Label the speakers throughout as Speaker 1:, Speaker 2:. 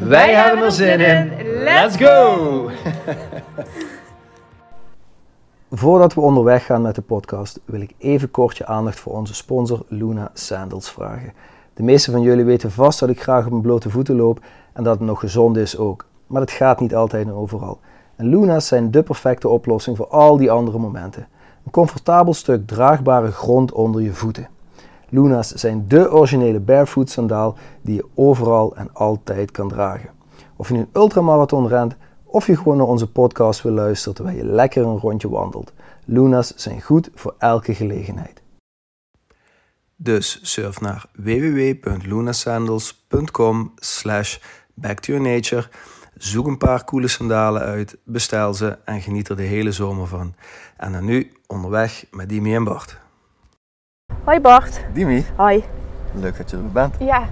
Speaker 1: Wij, hebben er zin in. Let's go! Voordat we onderweg gaan met de podcast, wil ik even kort je aandacht voor onze sponsor Luna Sandals vragen. De meeste van jullie weten vast dat ik graag op mijn blote voeten loop en dat het nog gezond is ook. Maar dat gaat niet altijd en overal. En Luna's zijn de perfecte oplossing voor al die andere momenten. Een comfortabel stuk draagbare grond onder je voeten. Luna's zijn dé originele barefoot sandaal die je overal en altijd kan dragen. Of je nu een ultramarathon rent of je gewoon naar onze podcast wil luisteren terwijl je lekker een rondje wandelt. Luna's zijn goed voor elke gelegenheid. Dus surf naar www.lunasandals.com slash back to your nature. Zoek een paar coole sandalen uit, bestel ze en geniet er de hele zomer van. En dan nu onderweg met Dimi en Bart.
Speaker 2: Hoi Bart.
Speaker 1: Dimi,
Speaker 2: Hoi.
Speaker 1: leuk dat je er bent.
Speaker 2: Ja,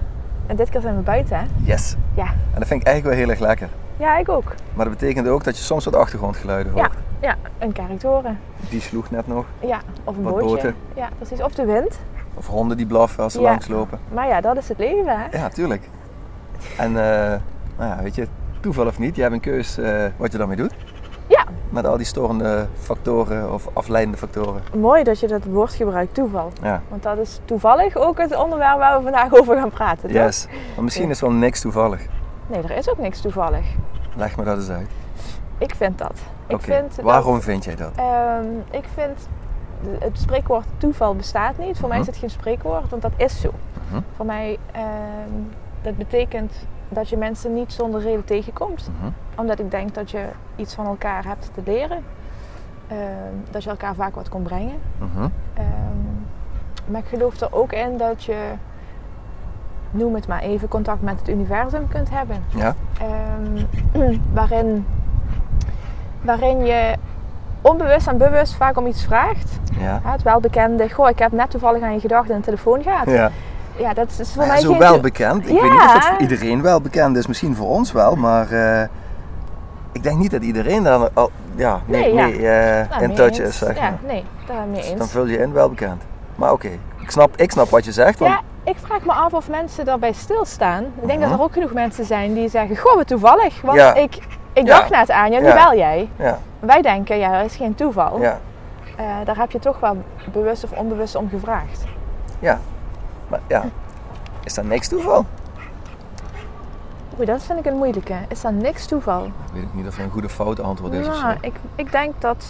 Speaker 2: en dit keer zijn we buiten hè?
Speaker 1: Yes.
Speaker 2: Ja.
Speaker 1: En dat vind ik eigenlijk wel heel erg lekker.
Speaker 2: Ja, ik ook.
Speaker 1: Maar dat betekent ook dat je soms wat achtergrondgeluiden
Speaker 2: Ja.
Speaker 1: hoort.
Speaker 2: Ja, een kariktoren.
Speaker 1: Die sloeg net nog.
Speaker 2: Ja, of een
Speaker 1: Wat
Speaker 2: bootje.
Speaker 1: boten.
Speaker 2: Ja, precies. Of de wind.
Speaker 1: Of honden die blaffen als ze
Speaker 2: Ja.
Speaker 1: langslopen.
Speaker 2: Maar ja, dat is het leven hè?
Speaker 1: Ja, tuurlijk. En eh, nou ja, weet je, toeval of niet, je hebt een keus eh, wat je daarmee doet.
Speaker 2: Ja.
Speaker 1: Met al die storende factoren of afleidende factoren.
Speaker 2: Mooi dat je dat woord gebruikt, toeval.
Speaker 1: Ja.
Speaker 2: Want dat is toevallig ook het onderwerp waar we vandaag over gaan praten. toch?
Speaker 1: Yes. Maar misschien is wel niks toevallig.
Speaker 2: Nee, er is ook niks toevallig.
Speaker 1: Leg me dat eens uit.
Speaker 2: Ik vind dat. Ik
Speaker 1: Oké,
Speaker 2: vind dat-
Speaker 1: Waarom vind jij dat?
Speaker 2: Ehm, ik vind de- het spreekwoord toeval bestaat niet. Voor mij is
Speaker 1: Mhm.
Speaker 2: het geen spreekwoord, want dat is zo.
Speaker 1: Mhm.
Speaker 2: Voor mij, ehm, dat betekent dat je mensen niet zonder reden tegenkomt.
Speaker 1: Mhm.
Speaker 2: Omdat ik denk dat je iets van elkaar hebt te leren. Ehm, dat je elkaar vaak wat kon brengen.
Speaker 1: Mhm.
Speaker 2: Ehm, maar ik geloof er ook in dat je, noem het maar even, contact met het universum kunt hebben.
Speaker 1: Ja.
Speaker 2: Ehm, waarin, waarin je onbewust en bewust vaak om iets vraagt.
Speaker 1: Ja.
Speaker 2: Ja, het welbekende, goh, ik heb net toevallig aan je gedacht en een telefoon gaat.
Speaker 1: Ja.
Speaker 2: Ja, dat is voor
Speaker 1: Nou ja,
Speaker 2: mij
Speaker 1: zo
Speaker 2: geen...
Speaker 1: wel bekend. Ik
Speaker 2: Ja.
Speaker 1: weet niet of dat voor iedereen wel bekend is. Misschien voor ons wel, maar eh, ik denk niet dat iedereen daar al ja, mee,
Speaker 2: Nee, ja.
Speaker 1: mee, eh,
Speaker 2: Nou,
Speaker 1: in
Speaker 2: mee
Speaker 1: touch
Speaker 2: eens.
Speaker 1: is. Zeg
Speaker 2: Ja,
Speaker 1: maar.
Speaker 2: nee, daar mee
Speaker 1: Dus dan
Speaker 2: eens.
Speaker 1: vul je in wel bekend. Maar oké, ik, snap, ik snap wat je zegt. Want,
Speaker 2: Ja, ik vraag me af of mensen daarbij stilstaan. Ik denk dat
Speaker 1: Mhm.
Speaker 2: er ook genoeg mensen zijn die zeggen, goh, wat toevallig. Want
Speaker 1: Ja.
Speaker 2: ik, ik
Speaker 1: Ja.
Speaker 2: dacht net aan je, nu
Speaker 1: Ja.
Speaker 2: bel jij.
Speaker 1: ja,
Speaker 2: Wij denken, ja, dat is geen toeval.
Speaker 1: ja,
Speaker 2: Eh, daar heb je toch wel bewust of onbewust om gevraagd.
Speaker 1: maar ja. Is dat niks toeval?
Speaker 2: Oeh, dat vind ik een moeilijke. Is dat niks toeval?
Speaker 1: Ik weet ook niet of er een goede fout antwoord is of zo.
Speaker 2: Ja, ik, ik denk dat...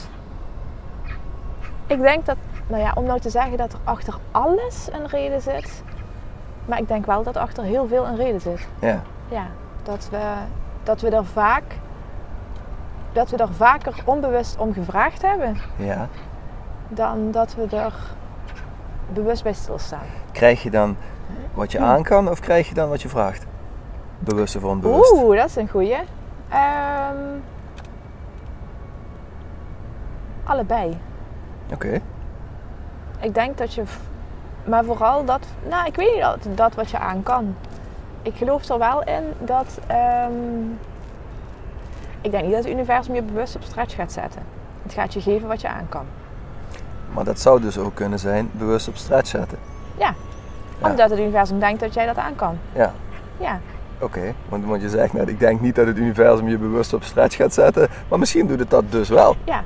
Speaker 2: Ik denk dat... Nou ja, om nou te zeggen dat er achter alles een reden zit... Maar ik denk wel dat achter heel veel een reden zit.
Speaker 1: Ja.
Speaker 2: Ja, dat we, dat we er vaak... Dat we er vaker onbewust om gevraagd hebben...
Speaker 1: ja.
Speaker 2: dan dat we er bewust bij stilstaan.
Speaker 1: Krijg je dan wat
Speaker 2: Hm.
Speaker 1: je aan kan of krijg je dan wat je vraagt? Bewust of onbewust?
Speaker 2: Oeh, dat is een goeie. Ehm, allebei.
Speaker 1: Oké.
Speaker 2: Ik denk dat je... v- Maar vooral dat... Nou, ik weet niet dat, dat wat je aan kan. Ik geloof er wel in dat... ehm, ik denk niet dat het universum je bewust op stretch gaat zetten. Het gaat je geven wat je aan kan.
Speaker 1: Maar dat zou dus ook kunnen zijn bewust op straat zetten. Ja.
Speaker 2: Omdat het universum denkt dat jij dat aan kan.
Speaker 1: Ja.
Speaker 2: Ja.
Speaker 1: Oké, want, want je zegt net, ik denk niet dat het universum je bewust op stretch gaat zetten, maar misschien doet het dat dus wel.
Speaker 2: Ja,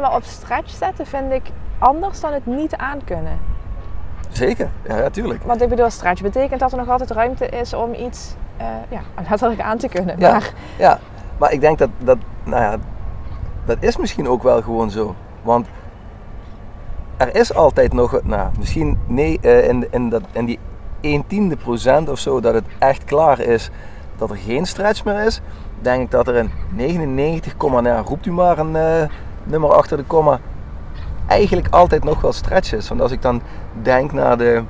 Speaker 2: maar op stretch zetten vind ik anders dan het niet aankunnen.
Speaker 1: Zeker, ja, ja tuurlijk.
Speaker 2: Want ik bedoel, stretch betekent dat er nog altijd ruimte is om iets eh ja, letterlijk aan te kunnen.
Speaker 1: Ja.
Speaker 2: Maar
Speaker 1: Ja, maar ik denk dat, dat, nou ja, dat is misschien ook wel gewoon zo. Want er is altijd nog, een- nou, misschien nee, eh, in, in, dat, in die 1 tiende procent of zo dat het echt klaar is dat er geen stretch meer is, denk ik dat er een 99, komma, nou, ja, roept u maar een eh, nummer achter de komma, eigenlijk altijd nog wel stretch is. Want als ik dan denk naar de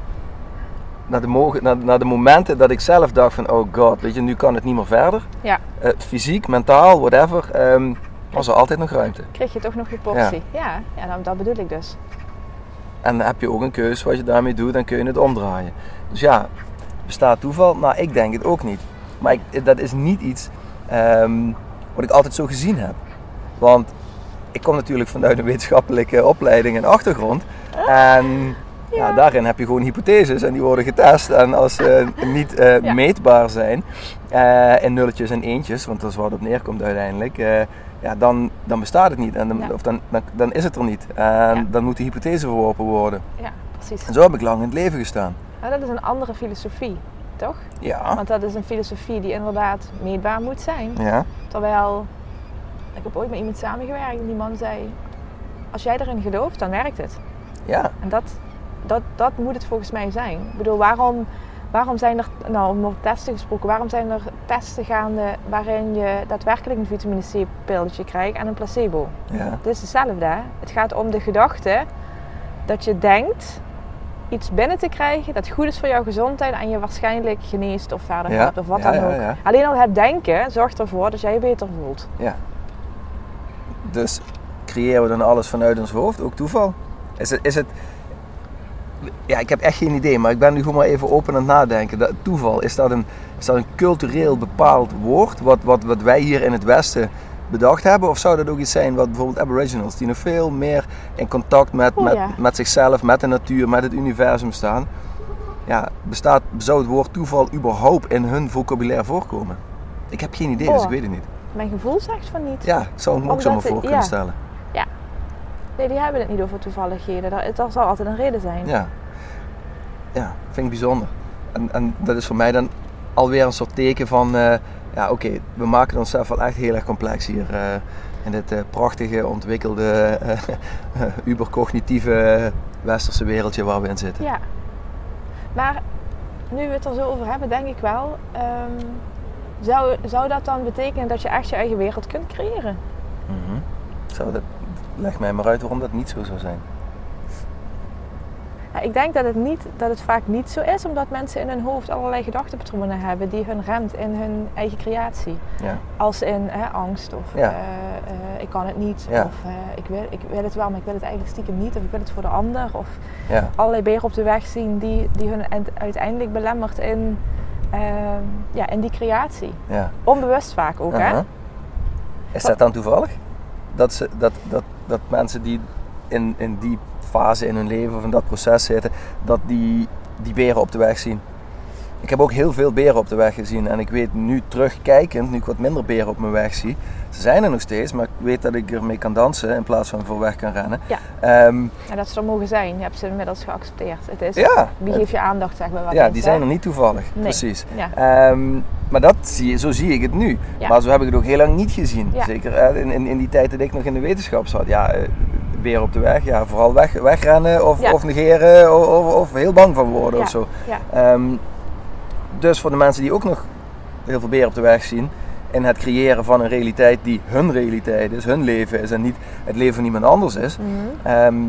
Speaker 1: naar de, mogen, naar, naar de momenten dat ik zelf dacht van oh god, weet je, nu kan het niet meer verder.
Speaker 2: Ja.
Speaker 1: Eh, fysiek, mentaal, whatever, ehm, was er altijd nog ruimte.
Speaker 2: Kreeg je toch nog je portie? Ja, ja, dan, dat bedoel ik dus.
Speaker 1: En dan heb je ook een keuze wat je daarmee doet, dan kun je het omdraaien. Dus ja, bestaat toeval? Nou, ik denk het ook niet. Maar ik, dat is niet iets ehm, wat ik altijd zo gezien heb. Want ik kom natuurlijk vanuit een wetenschappelijke opleiding en achtergrond. En ja.
Speaker 2: Ah, Ja.
Speaker 1: daarin heb je gewoon hypotheses en die worden getest. En als ze niet eh,
Speaker 2: Ja.
Speaker 1: meetbaar zijn eh, in nulletjes en eentjes, want dat is waar het op neerkomt uiteindelijk, eh, ja, dan, dan bestaat het niet. En dan,
Speaker 2: Ja.
Speaker 1: Of dan, dan, dan is het er niet. En dan moet de hypothese verworpen worden.
Speaker 2: Ja, precies.
Speaker 1: En zo heb ik lang in het leven gestaan.
Speaker 2: Maar dat is een andere filosofie, toch?
Speaker 1: Ja.
Speaker 2: Want dat is een filosofie die inderdaad meetbaar moet zijn.
Speaker 1: Ja.
Speaker 2: Terwijl, ik heb ooit met iemand samengewerkt en die man zei, als jij erin gelooft, dan werkt het.
Speaker 1: Ja.
Speaker 2: En dat, dat, dat moet het volgens mij zijn. Ik bedoel, waarom, waarom zijn er, nou om over testen gesproken, waarom zijn er testen gaande waarin je daadwerkelijk een vitamine C-pilletje krijgt en een placebo?
Speaker 1: Ja.
Speaker 2: Het is hetzelfde. hè? Het gaat om de gedachte dat je denkt iets binnen te krijgen dat goed is voor jouw gezondheid en je waarschijnlijk geneest of verder
Speaker 1: Ja,
Speaker 2: helpt of wat
Speaker 1: ja,
Speaker 2: dan
Speaker 1: ja,
Speaker 2: ook.
Speaker 1: ja.
Speaker 2: Alleen al het denken zorgt ervoor dat jij je beter voelt.
Speaker 1: Dus creëren we dan alles vanuit ons hoofd? Ook toeval? Is het, is het... Ja, ik heb echt geen idee, maar ik ben nu gewoon maar even open aan het nadenken. Dat, toeval, is dat, een, is dat een cultureel bepaald woord wat, wat, wat wij hier in het Westen bedacht hebben? Of zou dat ook iets zijn wat bijvoorbeeld aboriginals, die nog veel meer in contact met,
Speaker 2: Oh,
Speaker 1: met,
Speaker 2: ja.
Speaker 1: met zichzelf, met de natuur, met het universum staan? Ja, bestaat, zou het woord toeval überhaupt in hun vocabulaire voorkomen? Ik heb geen idee, dus
Speaker 2: Oh.
Speaker 1: ik weet het niet.
Speaker 2: Mijn gevoel zegt van niet.
Speaker 1: Ja, ik zou hem ook
Speaker 2: Omdat
Speaker 1: zomaar
Speaker 2: het-
Speaker 1: voor kunnen
Speaker 2: ja.
Speaker 1: stellen.
Speaker 2: Nee, die hebben het niet over toevalligheden. Daar, daar zal altijd een reden zijn.
Speaker 1: Ja. Ja, vind ik bijzonder. En, en dat is voor mij dan alweer een soort teken van... eh, ja, oké, we maken het onszelf wel echt heel erg complex hier. eh, in dit eh, prachtige, ontwikkelde, eh, ubercognitieve eh, westerse wereldje waar we in zitten.
Speaker 2: Ja. Maar nu we het er zo over hebben, denk ik wel. ehm, zou, zou dat dan betekenen dat je echt je eigen wereld kunt creëren?
Speaker 1: Mhm. Zou dat, leg mij maar uit waarom dat niet zo zou zijn.
Speaker 2: Ja, ik denk dat het, niet, dat het vaak niet zo is, omdat mensen in hun hoofd allerlei gedachtenpatronen hebben die hun remt in hun eigen creatie.
Speaker 1: Ja.
Speaker 2: Als in hè, angst of
Speaker 1: Ja.
Speaker 2: eh, eh, ik kan het niet.
Speaker 1: Ja.
Speaker 2: Of eh, ik, wil, ik wil het wel, maar ik wil het eigenlijk stiekem niet. Of ik wil het voor de ander. Of
Speaker 1: Ja.
Speaker 2: allerlei beren op de weg zien die, die hun eind- uiteindelijk belemmert in, eh, ja, in die creatie.
Speaker 1: ja.
Speaker 2: Onbewust vaak ook, hè?
Speaker 1: Aha. Uh-huh. Is dat dan toevallig? Dat, ze, dat, dat, dat mensen die in, in die fase in hun leven of in dat proces zitten, dat die, die beren op de weg zien. Ik heb ook heel veel beren op de weg gezien en ik weet nu terugkijkend, nu ik wat minder beren op mijn weg zie, ze zijn er nog steeds, maar ik weet dat ik ermee kan dansen in plaats van voor weg kan rennen.
Speaker 2: Ja.
Speaker 1: Ehm,
Speaker 2: En dat ze er mogen zijn. Je hebt ze inmiddels geaccepteerd. Het is,
Speaker 1: ja,
Speaker 2: Wie geeft je aandacht, zeg maar. wat
Speaker 1: ja
Speaker 2: is,
Speaker 1: die
Speaker 2: hè?
Speaker 1: zijn er niet toevallig.
Speaker 2: Nee.
Speaker 1: Precies.
Speaker 2: Ja.
Speaker 1: Ehm, maar dat zie je, zo zie ik het nu.
Speaker 2: Ja.
Speaker 1: Maar zo heb ik het ook heel lang niet gezien.
Speaker 2: Ja.
Speaker 1: Zeker eh, in, in, in die tijd dat ik nog in de wetenschap zat. Ja, eh, weer op de weg. Ja, vooral weg, wegrennen of,
Speaker 2: Ja.
Speaker 1: of negeren of, of, of heel bang van worden
Speaker 2: Ja.
Speaker 1: of zo.
Speaker 2: Ja.
Speaker 1: Ehm, dus voor de mensen die ook nog heel veel beren op de weg zien. En het creëren van een realiteit die hun realiteit is, hun leven is en niet het leven van iemand anders is.
Speaker 2: Mhm.
Speaker 1: Ehm,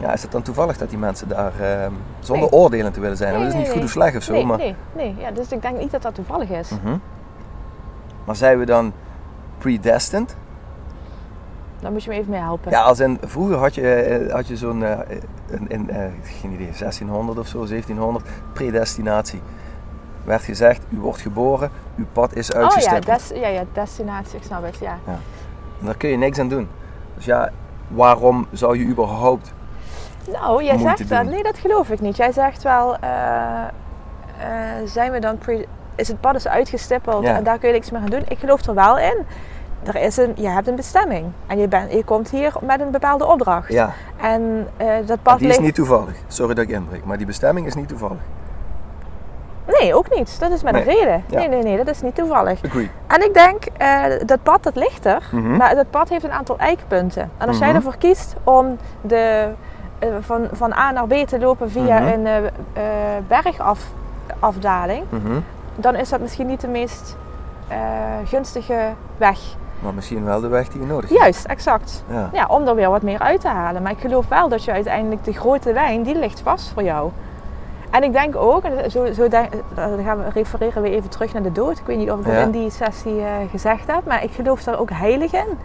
Speaker 1: ja, is het dan toevallig dat die mensen daar ehm, zonder
Speaker 2: Nee.
Speaker 1: oordelen te willen zijn?
Speaker 2: Nee,
Speaker 1: dat is
Speaker 2: nee,
Speaker 1: niet goed
Speaker 2: nee.
Speaker 1: of slecht of zo,
Speaker 2: nee,
Speaker 1: maar...
Speaker 2: nee, nee. Ja, dus ik denk niet dat dat toevallig is.
Speaker 1: Mhm. Maar zijn we dan predestined?
Speaker 2: Daar moet je me even mee helpen. Oh
Speaker 1: Ja, als in, vroeger had je, eh, had je zo'n, eh, een, een, eh, geen idee, 1600 of zo, 1700, predestinatie. Werd gezegd, u wordt geboren, uw pad is
Speaker 2: oh ja,
Speaker 1: uitgestippeld.
Speaker 2: des, ja, ja, destinatie, ik snap het. Ja.
Speaker 1: En daar kun je niks aan doen. Dus ja, waarom zou je überhaupt...
Speaker 2: Nou, jij
Speaker 1: Moeite
Speaker 2: zegt dat.
Speaker 1: doen.
Speaker 2: Nee, dat geloof ik niet. Jij zegt wel, eh, eh, zijn we dan pre- is het pad is uitgestippeld
Speaker 1: Ja.
Speaker 2: en daar kun je niks meer aan doen. Ik geloof er wel in. Er is een, je hebt een bestemming en je, bent, je komt hier met een bepaalde opdracht.
Speaker 1: Ja,
Speaker 2: En eh, dat pad
Speaker 1: die is
Speaker 2: ligt.
Speaker 1: niet toevallig. Sorry dat ik inbreek, maar die bestemming is niet toevallig.
Speaker 2: Nee, ook niet. Dat is met een
Speaker 1: Nee.
Speaker 2: reden.
Speaker 1: Ja.
Speaker 2: Nee, nee, nee, dat is niet toevallig.
Speaker 1: Agree.
Speaker 2: En ik denk, eh, dat pad dat ligt er,
Speaker 1: Mhm.
Speaker 2: maar dat pad heeft een aantal eikpunten. En als jij
Speaker 1: Mhm.
Speaker 2: ervoor kiest om de, eh, van, van A naar B te lopen via
Speaker 1: Mhm.
Speaker 2: een eh, eh, bergafdaling,
Speaker 1: Mhm.
Speaker 2: dan is dat misschien niet de meest eh, gunstige weg.
Speaker 1: Maar misschien wel de weg die je nodig hebt.
Speaker 2: Juist, exact.
Speaker 1: Ja.
Speaker 2: Ja, om er weer wat meer uit te halen. Maar ik geloof wel dat je uiteindelijk de grote lijn, die ligt vast voor jou. En ik denk ook, en zo, zo denk, eh, dan gaan we, refereren we even terug naar de dood. Ik weet niet of ik dat
Speaker 1: Ja.
Speaker 2: in die sessie eh, gezegd heb, maar ik geloof daar ook heilig in.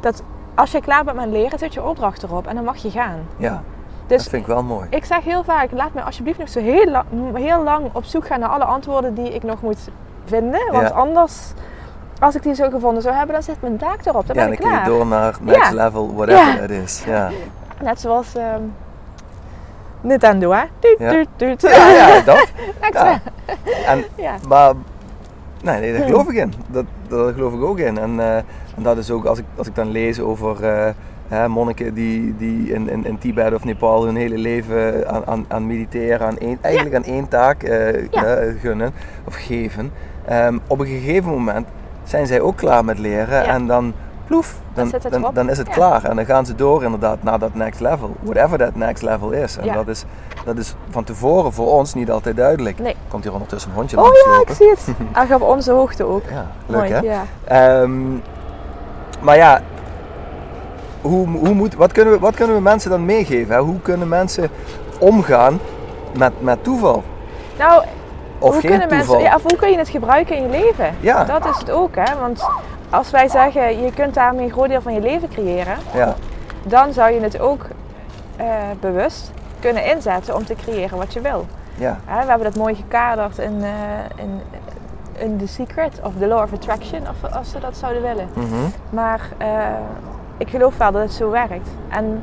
Speaker 2: Dat als je klaar bent met leren, zet je opdracht erop en dan mag je gaan.
Speaker 1: Ja,
Speaker 2: Dus
Speaker 1: dat vind ik wel mooi.
Speaker 2: ik zeg heel vaak, laat me alsjeblieft nog zo heel lang, heel lang op zoek gaan naar alle antwoorden die ik nog moet vinden. Want
Speaker 1: Ja.
Speaker 2: anders, als ik die zo gevonden zou hebben, dan zit mijn taak erop. Dan ben
Speaker 1: ja, dan
Speaker 2: ik
Speaker 1: kun je
Speaker 2: klaar.
Speaker 1: door naar next
Speaker 2: Ja.
Speaker 1: level, whatever
Speaker 2: Ja.
Speaker 1: it is. Ja.
Speaker 2: Net zoals ehm, Nintendo, hè? Tuut,
Speaker 1: Ja.
Speaker 2: tuut, tuut.
Speaker 1: Ja, ja, dat.
Speaker 2: Next
Speaker 1: Ja.
Speaker 2: level.
Speaker 1: En,
Speaker 2: Ja.
Speaker 1: maar, nee, nee, daar geloof ik in. Dat, daar geloof ik ook in. En, eh, en dat is ook, als ik, als ik dan lees over eh, hè, monniken die, die in, in, in Tibet of Nepal hun hele leven aan, aan, aan mediteren, aan één, eigenlijk aan één taak eh,
Speaker 2: Ja.
Speaker 1: eh, gunnen of geven. Ehm, op een gegeven moment zijn zij ook klaar met leren
Speaker 2: Ja.
Speaker 1: en dan ploef, dan,
Speaker 2: zit het
Speaker 1: dan,
Speaker 2: erop.
Speaker 1: dan is het
Speaker 2: Ja.
Speaker 1: klaar. En dan gaan ze door inderdaad naar dat next level, whatever that next level is. En
Speaker 2: Ja.
Speaker 1: dat, is, dat is van tevoren voor ons niet altijd duidelijk.
Speaker 2: Nee.
Speaker 1: Komt hier ondertussen een hondje
Speaker 2: Oh
Speaker 1: langs
Speaker 2: ja, ik
Speaker 1: lopen.
Speaker 2: zie het. Hij gaat op onze hoogte ook.
Speaker 1: Ja, leuk
Speaker 2: Mooi,
Speaker 1: hè?
Speaker 2: Ja.
Speaker 1: Ehm, maar ja, hoe, hoe moet, wat, kunnen we, wat kunnen we mensen dan meegeven? Hè? Hoe kunnen mensen omgaan met, met toeval?
Speaker 2: Nou,
Speaker 1: Of
Speaker 2: hoe
Speaker 1: geen
Speaker 2: kunnen
Speaker 1: toeval?
Speaker 2: mensen, ja, of hoe kun je het gebruiken in je leven?
Speaker 1: Ja.
Speaker 2: Dat is het ook, hè? Want als wij zeggen, je kunt daarmee een groot deel van je leven creëren,
Speaker 1: ja,
Speaker 2: dan zou je het ook eh, bewust kunnen inzetten om te creëren wat je wil.
Speaker 1: ja,
Speaker 2: Hè, we hebben dat mooi gekaderd in, eh, in, in The Secret of The Law of Attraction, of als ze dat zouden willen.
Speaker 1: mhm,
Speaker 2: Maar eh, ik geloof wel dat het zo werkt. En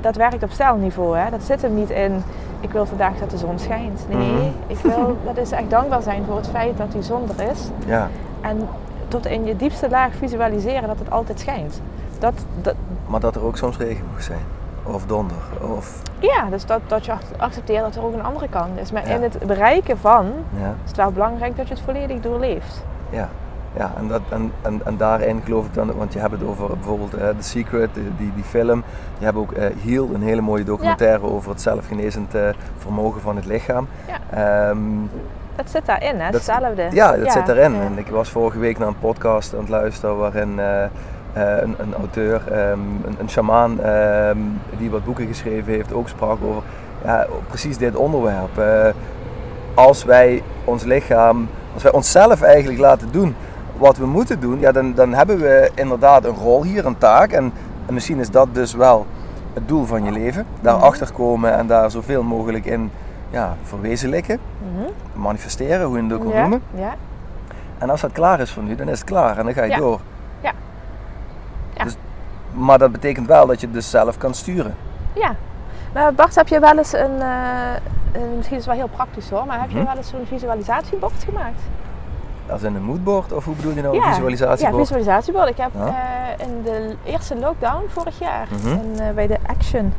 Speaker 2: dat werkt op stijlniveau. Hè? Dat zit hem niet in, ik wil vandaag dat de zon schijnt. Nee,
Speaker 1: Mhm.
Speaker 2: ik wil dat is echt dankbaar zijn voor het feit dat die zon er is.
Speaker 1: ja.
Speaker 2: En tot in je diepste laag visualiseren dat het altijd schijnt. Dat, dat,
Speaker 1: Maar dat er ook soms regen mag zijn. Of donder. Of,
Speaker 2: ja, dus dat, dat je ac- accepteert dat er ook een andere kant is. Maar
Speaker 1: Ja.
Speaker 2: in het bereiken van
Speaker 1: ja,
Speaker 2: is het wel belangrijk dat je het volledig doorleeft.
Speaker 1: ja. Ja, en, dat, en, en, en daarin geloof ik dan, want je hebt het over bijvoorbeeld eh, The Secret, eh, die, die film. Je hebt ook eh, Heal, een hele mooie documentaire over het zelfgenezend eh, vermogen van het lichaam. Ehm,
Speaker 2: Dat zit daarin, hè?
Speaker 1: Dat-
Speaker 2: Hetzelfde.
Speaker 1: Ja, dat zit erin.
Speaker 2: ja.
Speaker 1: En ik was vorige week naar een podcast aan het luisteren waarin eh, eh, een, een auteur, ehm, een, een shamaan ehm, die wat boeken geschreven heeft, ook sprak over ja, precies dit onderwerp. Eh, als wij ons lichaam, als wij onszelf eigenlijk laten doen wat we moeten doen, ja, dan, dan hebben we inderdaad een rol hier, een taak. En, en misschien is dat dus wel het doel van je leven.
Speaker 2: Mhm.
Speaker 1: Daarachter komen en daar zoveel mogelijk in ja, verwezenlijken,
Speaker 2: Mhm.
Speaker 1: manifesteren, hoe je het ook wil
Speaker 2: ja.
Speaker 1: noemen.
Speaker 2: ja.
Speaker 1: En als dat klaar is voor nu, dan is het klaar en dan ga je
Speaker 2: Ja.
Speaker 1: door.
Speaker 2: Ja. Ja.
Speaker 1: Dus, maar dat betekent wel dat je het dus zelf kan sturen.
Speaker 2: Ja. Maar Bart, heb je wel eens een, eh, een- misschien is het wel heel praktisch hoor, maar heb je
Speaker 1: Mhm.
Speaker 2: wel eens zo'n visualisatiebord gemaakt?
Speaker 1: Als in een moodboard of hoe bedoel je nou
Speaker 2: Ja.
Speaker 1: een visualisatiebord?
Speaker 2: Ja, visualisatiebord. Ik heb
Speaker 1: Ja.
Speaker 2: eh, in de eerste lockdown vorig jaar
Speaker 1: Mhm.
Speaker 2: in, eh, bij de Action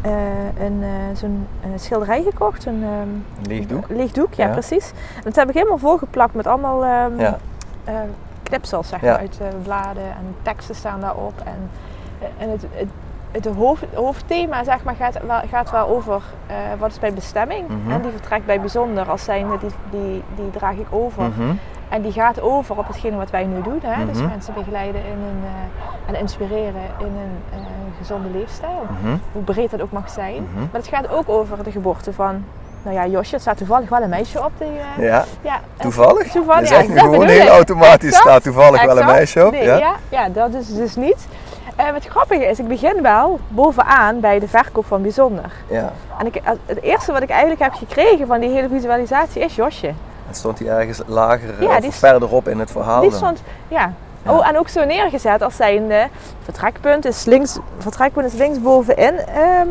Speaker 2: eh, een, eh, zo'n eh, schilderij gekocht, een ehm,
Speaker 1: Een leeg doek?
Speaker 2: leeg doek, ja,
Speaker 1: Ja.
Speaker 2: precies. En dat heb ik helemaal volgeplakt met allemaal ehm,
Speaker 1: Ja.
Speaker 2: eh, knipsels zeg
Speaker 1: Ja.
Speaker 2: maar, uit eh, bladen en teksten staan daarop. En, eh, en het, het, het hoofd, hoofdthema zeg maar, gaat, wel, gaat wel over eh, wat is mijn bestemming.
Speaker 1: Mhm.
Speaker 2: En die vertrekt bij bijzonder als zijnde, die, die, die draag ik over.
Speaker 1: Mhm.
Speaker 2: En die gaat over op hetgene wat wij nu doen. Hè? Dus
Speaker 1: Mhm.
Speaker 2: mensen begeleiden in een, eh, en inspireren in een eh, gezonde leefstijl.
Speaker 1: Mhm.
Speaker 2: Hoe breed dat ook mag zijn.
Speaker 1: Mhm.
Speaker 2: Maar het gaat ook over de geboorte van, nou ja, Josje, er staat toevallig wel een meisje op. Die, eh,
Speaker 1: Ja,
Speaker 2: ja, en-
Speaker 1: toevallig.
Speaker 2: Toevallig,
Speaker 1: dat is
Speaker 2: ja,
Speaker 1: echt
Speaker 2: dat
Speaker 1: gewoon
Speaker 2: bedoel
Speaker 1: heel
Speaker 2: ik.
Speaker 1: automatisch.
Speaker 2: Exact,
Speaker 1: Staat toevallig wel een
Speaker 2: Exact.
Speaker 1: meisje op.
Speaker 2: Nee,
Speaker 1: ja.
Speaker 2: ja, ja, dat is het dus niet. Eh, het grappige is, ik begin wel bovenaan bij de verkoop van bijzonder.
Speaker 1: Ja.
Speaker 2: En ik, als- het eerste wat ik eigenlijk heb gekregen van die hele visualisatie is Josje.
Speaker 1: En stond hij ergens lager eh,
Speaker 2: Ja,
Speaker 1: of
Speaker 2: die-
Speaker 1: verderop in het verhaal
Speaker 2: Die
Speaker 1: dan?
Speaker 2: stond, ja.
Speaker 1: Ja.
Speaker 2: Oh, en ook zo neergezet als zijnde vertrekpunt is links, vertrekpunt is links bovenin ehm,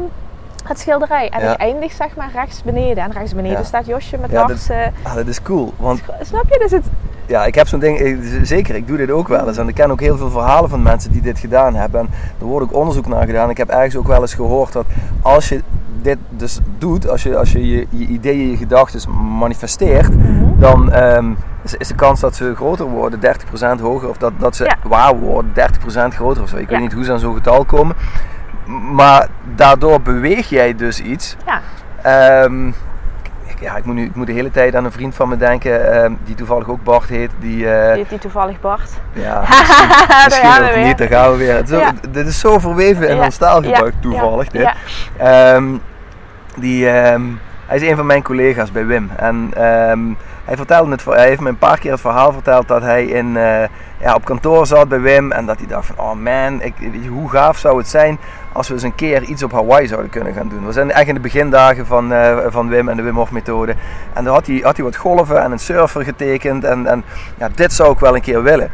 Speaker 2: het schilderij. En
Speaker 1: Ja.
Speaker 2: het eindigt zeg maar rechts beneden. En rechts beneden
Speaker 1: Ja.
Speaker 2: staat Josje met
Speaker 1: Ja, dat-
Speaker 2: Lars. eh,
Speaker 1: Ah, dat is cool. Want
Speaker 2: snap je? Dus het,
Speaker 1: Ja, ik heb zo'n ding, ik- z- zeker, ik doe dit ook wel eens. En ik ken ook heel veel verhalen van mensen die dit gedaan hebben. En er wordt ook onderzoek naar gedaan. Ik heb ergens ook wel eens gehoord dat als je dit dus doet, als je als je, je, je ideeën, je gedachten manifesteert,
Speaker 2: Mhm.
Speaker 1: dan ehm, is, is de kans dat ze groter worden 30% hoger. Of dat, dat ze
Speaker 2: Ja.
Speaker 1: waar worden 30% groter of zo. Ik weet
Speaker 2: Ja.
Speaker 1: niet hoe ze aan zo'n getal komen. M- Maar daardoor beweeg jij dus iets.
Speaker 2: ja.
Speaker 1: Ehm, ik- ja, ik moet, nu, ik moet de hele tijd aan een vriend van me denken, ehm, die toevallig ook Bart heet. Die, eh,
Speaker 2: Dit die toevallig Bart.
Speaker 1: ja,
Speaker 2: Daar
Speaker 1: misschien
Speaker 2: gaan we
Speaker 1: ook
Speaker 2: weer.
Speaker 1: niet, daar gaan we weer. Zo,
Speaker 2: Ja.
Speaker 1: Dit is zo verweven in
Speaker 2: Ja,
Speaker 1: ons taalgebruik
Speaker 2: ja,
Speaker 1: toevallig.
Speaker 2: ja,
Speaker 1: dit.
Speaker 2: ja.
Speaker 1: Ehm, die, ehm, Hij is een van mijn collega's bij Wim. En ehm, hij, vertelde het, ver- hij heeft me een paar keer het verhaal verteld dat hij in, eh, ja, op kantoor zat bij Wim. En dat hij dacht van, oh man, ik, weet je, hoe gaaf zou het zijn als we eens een keer iets op Hawaii zouden kunnen gaan doen. We zijn echt in de begindagen van, eh, van Wim en de Wim Hof methode. En dan had hij, had hij wat golven en een surfer getekend. En, en ja, dit zou ik wel een keer willen.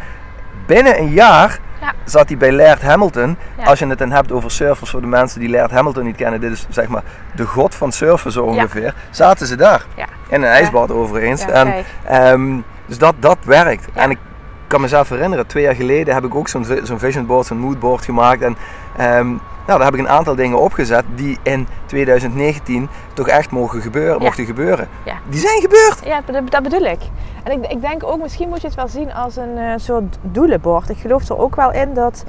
Speaker 1: Binnen een jaar
Speaker 2: Ja.
Speaker 1: zat hij bij Laird Hamilton.
Speaker 2: Ja.
Speaker 1: Als je het dan hebt over surfers, voor de mensen die Laird Hamilton niet kennen, dit is zeg maar de god van surfen zo ongeveer. Zaten ze daar.
Speaker 2: Ja.
Speaker 1: In een ijsbad overigens.
Speaker 2: Ja,
Speaker 1: en,
Speaker 2: kijk.
Speaker 1: ehm, dus dat, dat werkt.
Speaker 2: Ja.
Speaker 1: En ik kan mezelf herinneren, twee jaar geleden heb ik ook zo'n vi- zo'n vision board, zo'n mood board gemaakt. En ehm, nou, daar heb ik een aantal dingen opgezet die in 2019 toch echt mogen gebeuren,
Speaker 2: Ja.
Speaker 1: mochten gebeuren.
Speaker 2: Ja.
Speaker 1: Die zijn gebeurd.
Speaker 2: Ja, dat, dat bedoel ik. En ik, ik denk ook, misschien moet je het wel zien als een eh, soort doelenbord. Ik geloof er ook wel in dat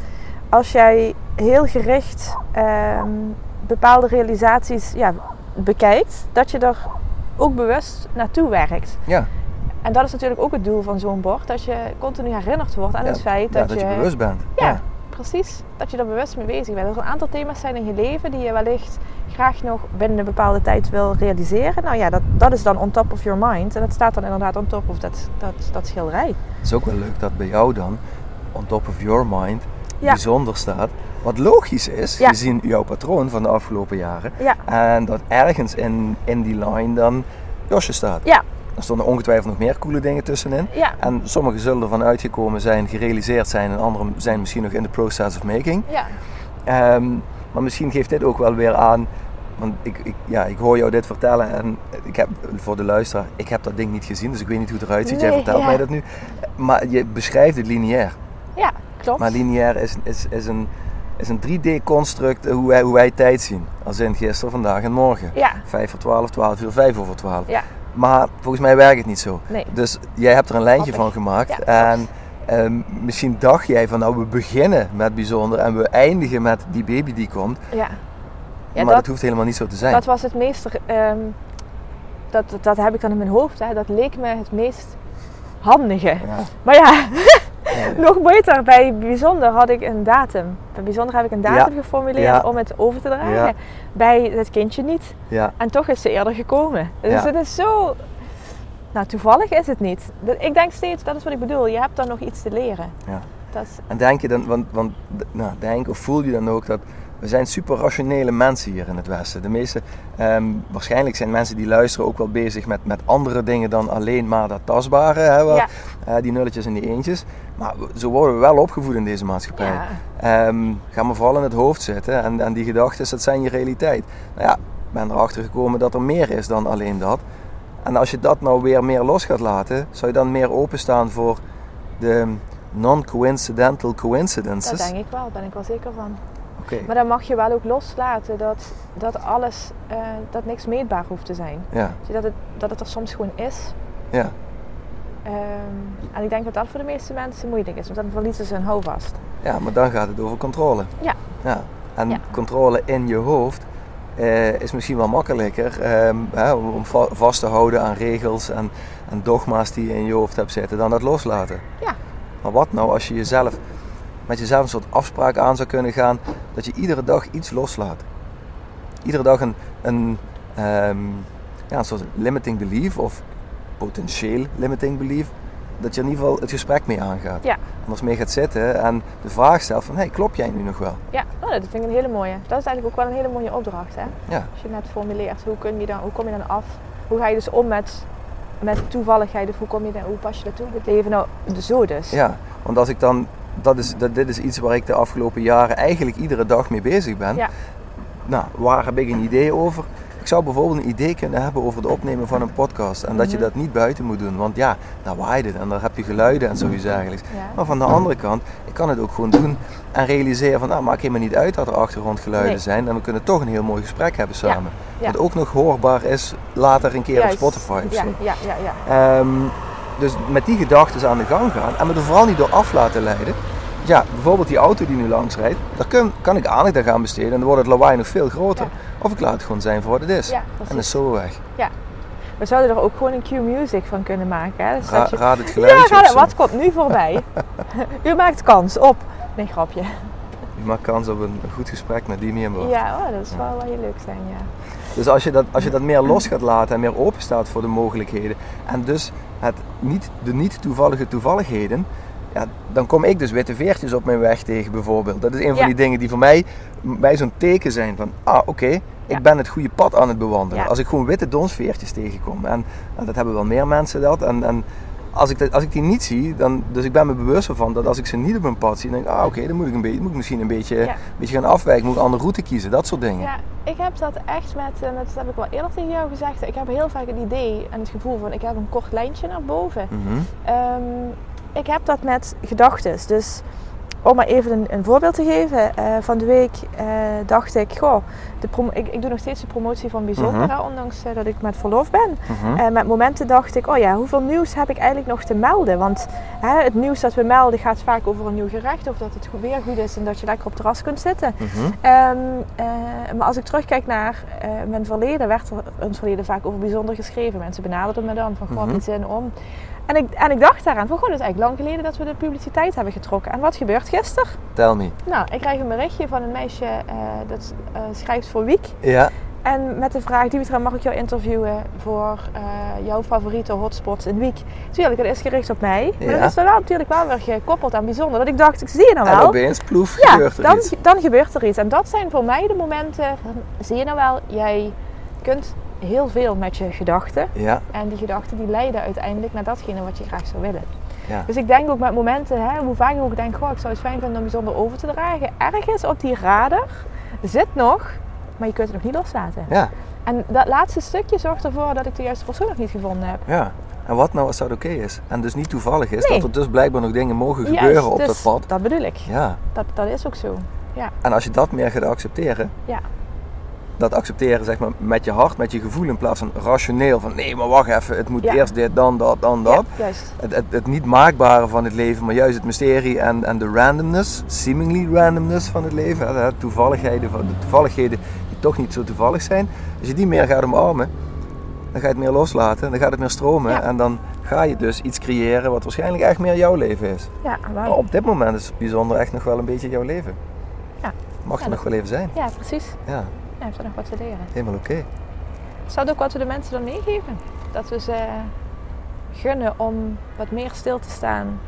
Speaker 2: als jij heel gericht ehm, bepaalde realisaties ja, bekijkt, dat je er ook bewust naartoe werkt.
Speaker 1: Ja.
Speaker 2: En dat is natuurlijk ook het doel van zo'n bord, dat je continu herinnerd wordt aan
Speaker 1: Ja,
Speaker 2: het feit
Speaker 1: ja,
Speaker 2: dat,
Speaker 1: dat je bewust bent.
Speaker 2: Ja. Precies, dat je er bewust mee bezig bent. Er een aantal thema's zijn in je leven die je wellicht graag nog binnen een bepaalde tijd wil realiseren. Nou ja, dat, dat is dan on top of your mind. En dat staat dan inderdaad on top of dat, dat, dat schilderij.
Speaker 1: Het is ook wel leuk dat bij jou dan on top of your mind
Speaker 2: Ja.
Speaker 1: bijzonder staat. Wat logisch is,
Speaker 2: Ja.
Speaker 1: gezien jouw patroon van de afgelopen jaren.
Speaker 2: Ja.
Speaker 1: En dat ergens in, in die line dan Josje staat.
Speaker 2: Ja.
Speaker 1: Er stonden ongetwijfeld nog meer coole dingen tussenin.
Speaker 2: Ja,
Speaker 1: En sommige zullen ervan uitgekomen zijn, gerealiseerd zijn. En andere zijn misschien nog in de process of making.
Speaker 2: ja,
Speaker 1: Ehm, maar misschien geeft dit ook wel weer aan. Want ik, ik, ja, ik hoor jou dit vertellen en ik heb, voor de luisteraar, ik heb dat ding niet gezien, dus ik weet niet hoe het eruit ziet. Jij
Speaker 2: Nee,
Speaker 1: vertelt
Speaker 2: ja.
Speaker 1: mij dat nu. Maar je beschrijft het lineair.
Speaker 2: ja, klopt.
Speaker 1: Maar lineair is, is, is een, is een 3D-construct hoe wij, hoe wij tijd zien. Als in gisteren, vandaag en morgen.
Speaker 2: Ja,
Speaker 1: 5 voor 12, 12 uur, 5 over 12.
Speaker 2: Ja.
Speaker 1: Maar volgens mij werkt het niet zo.
Speaker 2: nee.
Speaker 1: Dus jij hebt er een lijntje
Speaker 2: Had ik.
Speaker 1: van gemaakt.
Speaker 2: Ja,
Speaker 1: en ehm, misschien dacht jij van nou, we beginnen met bijzonder en we eindigen met die baby die komt.
Speaker 2: Ja. Ja,
Speaker 1: maar dat,
Speaker 2: dat,
Speaker 1: hoeft helemaal niet zo te zijn.
Speaker 2: dat was het meest... ehm, dat, dat, dat heb ik dan in mijn hoofd. Hè. Dat leek me het meest handige.
Speaker 1: Ja.
Speaker 2: Maar ja, nog beter. Bij bijzonder had ik een datum. Bij bijzonder heb ik een datum geformuleerd
Speaker 1: Ja.
Speaker 2: om het over te dragen.
Speaker 1: Ja.
Speaker 2: Bij het kindje niet.
Speaker 1: Ja.
Speaker 2: En toch is ze eerder gekomen. Dus
Speaker 1: Ja.
Speaker 2: het is zo. Nou, toevallig is het niet. Dat- Ik denk steeds, dat is wat ik bedoel. Je hebt dan nog iets te leren.
Speaker 1: Ja.
Speaker 2: Dat is,
Speaker 1: En denk je dan, want, want nou, denk of voel je dan ook dat we zijn super rationele mensen hier in het Westen. De meeste, ehm, waarschijnlijk zijn mensen die luisteren ook wel bezig met, met andere dingen dan alleen maar dat tastbare, hè, wat,
Speaker 2: Ja.
Speaker 1: eh, die nulletjes en die eentjes. Maar we- zo worden we wel opgevoed in deze maatschappij.
Speaker 2: ja.
Speaker 1: Ehm, ga maar vooral in het hoofd zitten en, en die gedachten, dat zijn je realiteit. Nou ja, ik ben erachter gekomen dat er meer is dan alleen dat. En als je dat nou weer meer los gaat laten, zou je dan meer openstaan voor de non-coincidental
Speaker 2: Dat
Speaker 1: coincidences.
Speaker 2: denk ik wel, daar ben ik wel zeker van.
Speaker 1: Oké,
Speaker 2: Maar dan mag je wel ook loslaten dat, dat alles, eh, dat niks meetbaar hoeft te zijn.
Speaker 1: ja,
Speaker 2: Dus Dat het, dat het er soms gewoon is.
Speaker 1: ja.
Speaker 2: Ehm, en ik denk dat dat voor de meeste mensen moeilijk is, want dan verliezen ze hun houvast.
Speaker 1: ja, maar dan gaat het over controle.
Speaker 2: Ja.
Speaker 1: ja. En
Speaker 2: Ja.
Speaker 1: controle in je hoofd eh, is misschien wel makkelijker ehm, hè, om om va- vast te houden aan regels en, en dogma's die je in je hoofd hebt zitten dan dat loslaten.
Speaker 2: Ja.
Speaker 1: Maar wat nou als je jezelf met jezelf een soort afspraak aan zou kunnen gaan dat je iedere dag iets loslaat? Iedere dag een, een, ehm, ja, een soort limiting belief of potentieel limiting belief. Dat je in ieder geval het gesprek mee aangaat.
Speaker 2: Ja.
Speaker 1: Anders mee gaat zitten en de vraag stelt van, hey, klop jij nu nog wel?
Speaker 2: Ja, oh, dat vind ik een hele mooie. Dat is eigenlijk ook wel een hele mooie opdracht. Hè?
Speaker 1: Ja.
Speaker 2: Als je net formuleert, hoe, kun je dan, hoe kom je dan af? Hoe ga je dus om met, met toevalligheid? Of hoe, kom je dan, hoe pas je dat toe in het leven? Nou, zo dus.
Speaker 1: Ja, want als ik dan, dat is, dat, dit is iets waar ik de afgelopen jaren eigenlijk iedere dag mee bezig ben.
Speaker 2: Ja.
Speaker 1: Nou, waar heb ik een idee over? Ik zou bijvoorbeeld een idee kunnen hebben over het opnemen van een podcast. En dat je
Speaker 2: Mhm.
Speaker 1: dat niet buiten moet doen. Want ja, daar waait het en daar heb je geluiden en zoiets eigenlijk.
Speaker 2: Ja.
Speaker 1: Maar van de andere kant, ik kan het ook gewoon doen en realiseren van, nou maakt helemaal niet uit dat er achtergrondgeluiden
Speaker 2: Nee.
Speaker 1: zijn. En we kunnen toch een heel mooi gesprek hebben
Speaker 2: Ja.
Speaker 1: samen.
Speaker 2: Ja.
Speaker 1: Dat ook nog hoorbaar is later een keer
Speaker 2: Juist.
Speaker 1: op Spotify of
Speaker 2: Ja,
Speaker 1: zo.
Speaker 2: ja, ja, ja.
Speaker 1: Ehm, dus met die gedachten aan de gang gaan en me er vooral niet door af laten leiden. Ja, bijvoorbeeld die auto die nu langs rijdt, daar kun, kan ik aandacht aan gaan besteden en dan wordt het lawaai nog veel groter.
Speaker 2: Ja.
Speaker 1: Of ik laat het gewoon zijn voor wat het is.
Speaker 2: Ja,
Speaker 1: en
Speaker 2: precies.
Speaker 1: dan is zo weg.
Speaker 2: We zouden er ook gewoon een Q-music van kunnen maken. Hè? Dus
Speaker 1: Ra-
Speaker 2: dat je-
Speaker 1: raad het
Speaker 2: ja,
Speaker 1: geluidje
Speaker 2: ga-
Speaker 1: of zo.
Speaker 2: wat komt nu voorbij? U maakt kans op. Nee, grapje.
Speaker 1: Je maakt kans op een goed gesprek met die en Bart.
Speaker 2: Ja, oh, dat is
Speaker 1: Ja.
Speaker 2: wel wel heel leuk zijn, ja.
Speaker 1: Dus als je, dat, als je dat meer los gaat laten en meer open staat voor de mogelijkheden en dus het niet, de niet toevallige toevalligheden, ja, dan kom ik dus witte veertjes op mijn weg tegen bijvoorbeeld. Dat is een van
Speaker 2: Ja.
Speaker 1: die dingen die voor mij, mij zo'n teken zijn van, ah oké, ik
Speaker 2: Ja.
Speaker 1: ben het goede pad aan het bewandelen.
Speaker 2: Ja.
Speaker 1: Als ik gewoon witte donsveertjes tegenkom. En nou, dat hebben wel meer mensen dat. En, en als, ik dat, als ik die niet zie, dan, dus ik ben me bewust ervan dat als ik ze niet op mijn pad zie, dan denk ik, ah oké, dan moet ik, een beetje, moet ik misschien een beetje,
Speaker 2: Ja.
Speaker 1: een beetje gaan afwijken, moet ik een andere route kiezen, dat soort dingen.
Speaker 2: Ja, ik heb dat echt met, en dat heb ik wel eerder tegen jou gezegd, ik heb heel vaak het idee en het gevoel van ik heb een kort lijntje naar boven.
Speaker 1: Mhm.
Speaker 2: Ehm, ik heb dat met gedachten. Dus om maar even een, een voorbeeld te geven. eh, van de week eh, dacht ik, goh, de promo- ik, ik doe nog steeds de promotie van Bijzondera, ondanks eh, dat ik met verlof ben.
Speaker 1: mhm.
Speaker 2: En met momenten dacht ik, oh ja, hoeveel nieuws heb ik eigenlijk nog te melden? Want hè, het nieuws dat we melden gaat vaak over een nieuw gerecht of dat het goed- weer goed is en dat je lekker op het terras kunt zitten.
Speaker 1: Mhm.
Speaker 2: Ehm, eh, maar als ik terugkijk naar eh, mijn verleden, werd er in het verleden vaak over bijzonder geschreven. Mensen benaderden me dan van god,
Speaker 1: Mhm.
Speaker 2: iets in om. En ik, en ik dacht daaraan, van god, het is eigenlijk lang geleden dat we de publiciteit hebben getrokken. En wat gebeurt gisteren?
Speaker 1: Tell me.
Speaker 2: Nou, ik krijg een berichtje van een meisje eh, dat eh, schrijft voor Wiek.
Speaker 1: Ja.
Speaker 2: En met de vraag, Dimitra, mag ik jou interviewen voor eh, jouw favoriete hotspots in Wiek? Tuurlijk, dat is gericht op mij. Maar
Speaker 1: Ja.
Speaker 2: dat is dan wel natuurlijk wel weer gekoppeld aan bijzonder. Dat ik dacht, ik zie je nou wel.
Speaker 1: En opeens, ploef,
Speaker 2: Ja,
Speaker 1: gebeurt er
Speaker 2: dan,
Speaker 1: iets.
Speaker 2: dan gebeurt er iets. En dat zijn voor mij de momenten van, zie je nou wel, jij kunt heel veel met je gedachten.
Speaker 1: Ja,
Speaker 2: En die gedachten die leiden uiteindelijk naar datgene wat je graag zou willen.
Speaker 1: Ja.
Speaker 2: Dus ik denk ook met momenten, hè, hoe vaak ik ook denk, goh, ik zou het fijn vinden om bijzonder over te dragen. Ergens op die radar zit nog, maar je kunt het nog niet loslaten.
Speaker 1: ja,
Speaker 2: En dat laatste stukje zorgt ervoor dat ik de juiste persoon nog niet gevonden heb.
Speaker 1: ja. En wat nou als dat oké is? En dus niet toevallig is,
Speaker 2: Nee.
Speaker 1: dat er dus blijkbaar nog dingen mogen
Speaker 2: Juist,
Speaker 1: gebeuren op
Speaker 2: dus
Speaker 1: dat pad.
Speaker 2: Dat bedoel ik.
Speaker 1: Ja.
Speaker 2: Dat, dat is ook zo.
Speaker 1: En als je dat meer gaat accepteren,
Speaker 2: Ja.
Speaker 1: dat accepteren zeg maar met je hart, met je gevoel, in plaats van rationeel van nee, maar wacht even, het moet
Speaker 2: Ja.
Speaker 1: eerst dit, dan dat, dan dat.
Speaker 2: Ja, juist.
Speaker 1: Het, het, het niet maakbare van het leven, maar juist het mysterie en, en de randomness, seemingly randomness van het leven, hè, de toevalligheden, van, de toevalligheden die toch niet zo toevallig zijn. Als je die meer gaat omarmen, dan ga je het meer loslaten, dan gaat het meer stromen
Speaker 2: Ja.
Speaker 1: en dan ga je dus iets creëren wat waarschijnlijk echt meer jouw leven is.
Speaker 2: Ja, wauw.
Speaker 1: Maar op dit moment is het bijzonder echt nog wel een beetje jouw leven.
Speaker 2: Ja.
Speaker 1: Mag
Speaker 2: Ja,
Speaker 1: er nog wel even zijn.
Speaker 2: Ja, precies.
Speaker 1: Ja,
Speaker 2: Ja, heeft er nog wat te leren.
Speaker 1: helemaal oké.
Speaker 2: Is dat ook wat we de mensen dan meegeven? Dat we ze eh, gunnen om wat meer stil te staan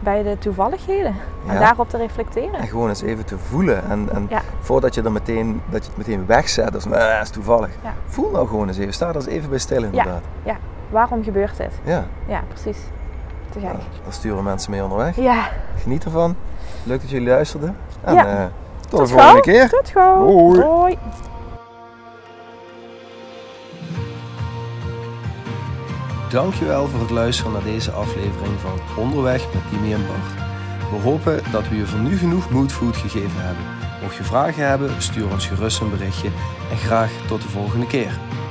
Speaker 2: bij de toevalligheden. En
Speaker 1: Ja.
Speaker 2: daarop te reflecteren.
Speaker 1: En gewoon eens even te voelen. En, en
Speaker 2: Ja.
Speaker 1: voordat je, er meteen, dat je het meteen wegzet, als "Eh, is toevallig.
Speaker 2: Ja.
Speaker 1: Voel nou gewoon eens even. Sta er eens even bij stil inderdaad.
Speaker 2: Waarom gebeurt dit?
Speaker 1: Ja.
Speaker 2: Ja, precies. Te gek.
Speaker 1: Nou, daar sturen mensen mee onderweg.
Speaker 2: Ja,
Speaker 1: Geniet ervan. Leuk dat jullie luisterden. En
Speaker 2: Ja.
Speaker 1: eh, tot, de
Speaker 2: Tot
Speaker 1: volgende
Speaker 2: gauw.
Speaker 1: keer.
Speaker 2: tot gauw.
Speaker 1: Hoi.
Speaker 2: Hoi.
Speaker 1: Dankjewel voor het luisteren naar deze aflevering van Onderweg met Timmy en Bart. We hopen dat we je voor nu genoeg mood food gegeven hebben. Mocht je vragen hebben, stuur ons gerust een berichtje en graag tot de volgende keer.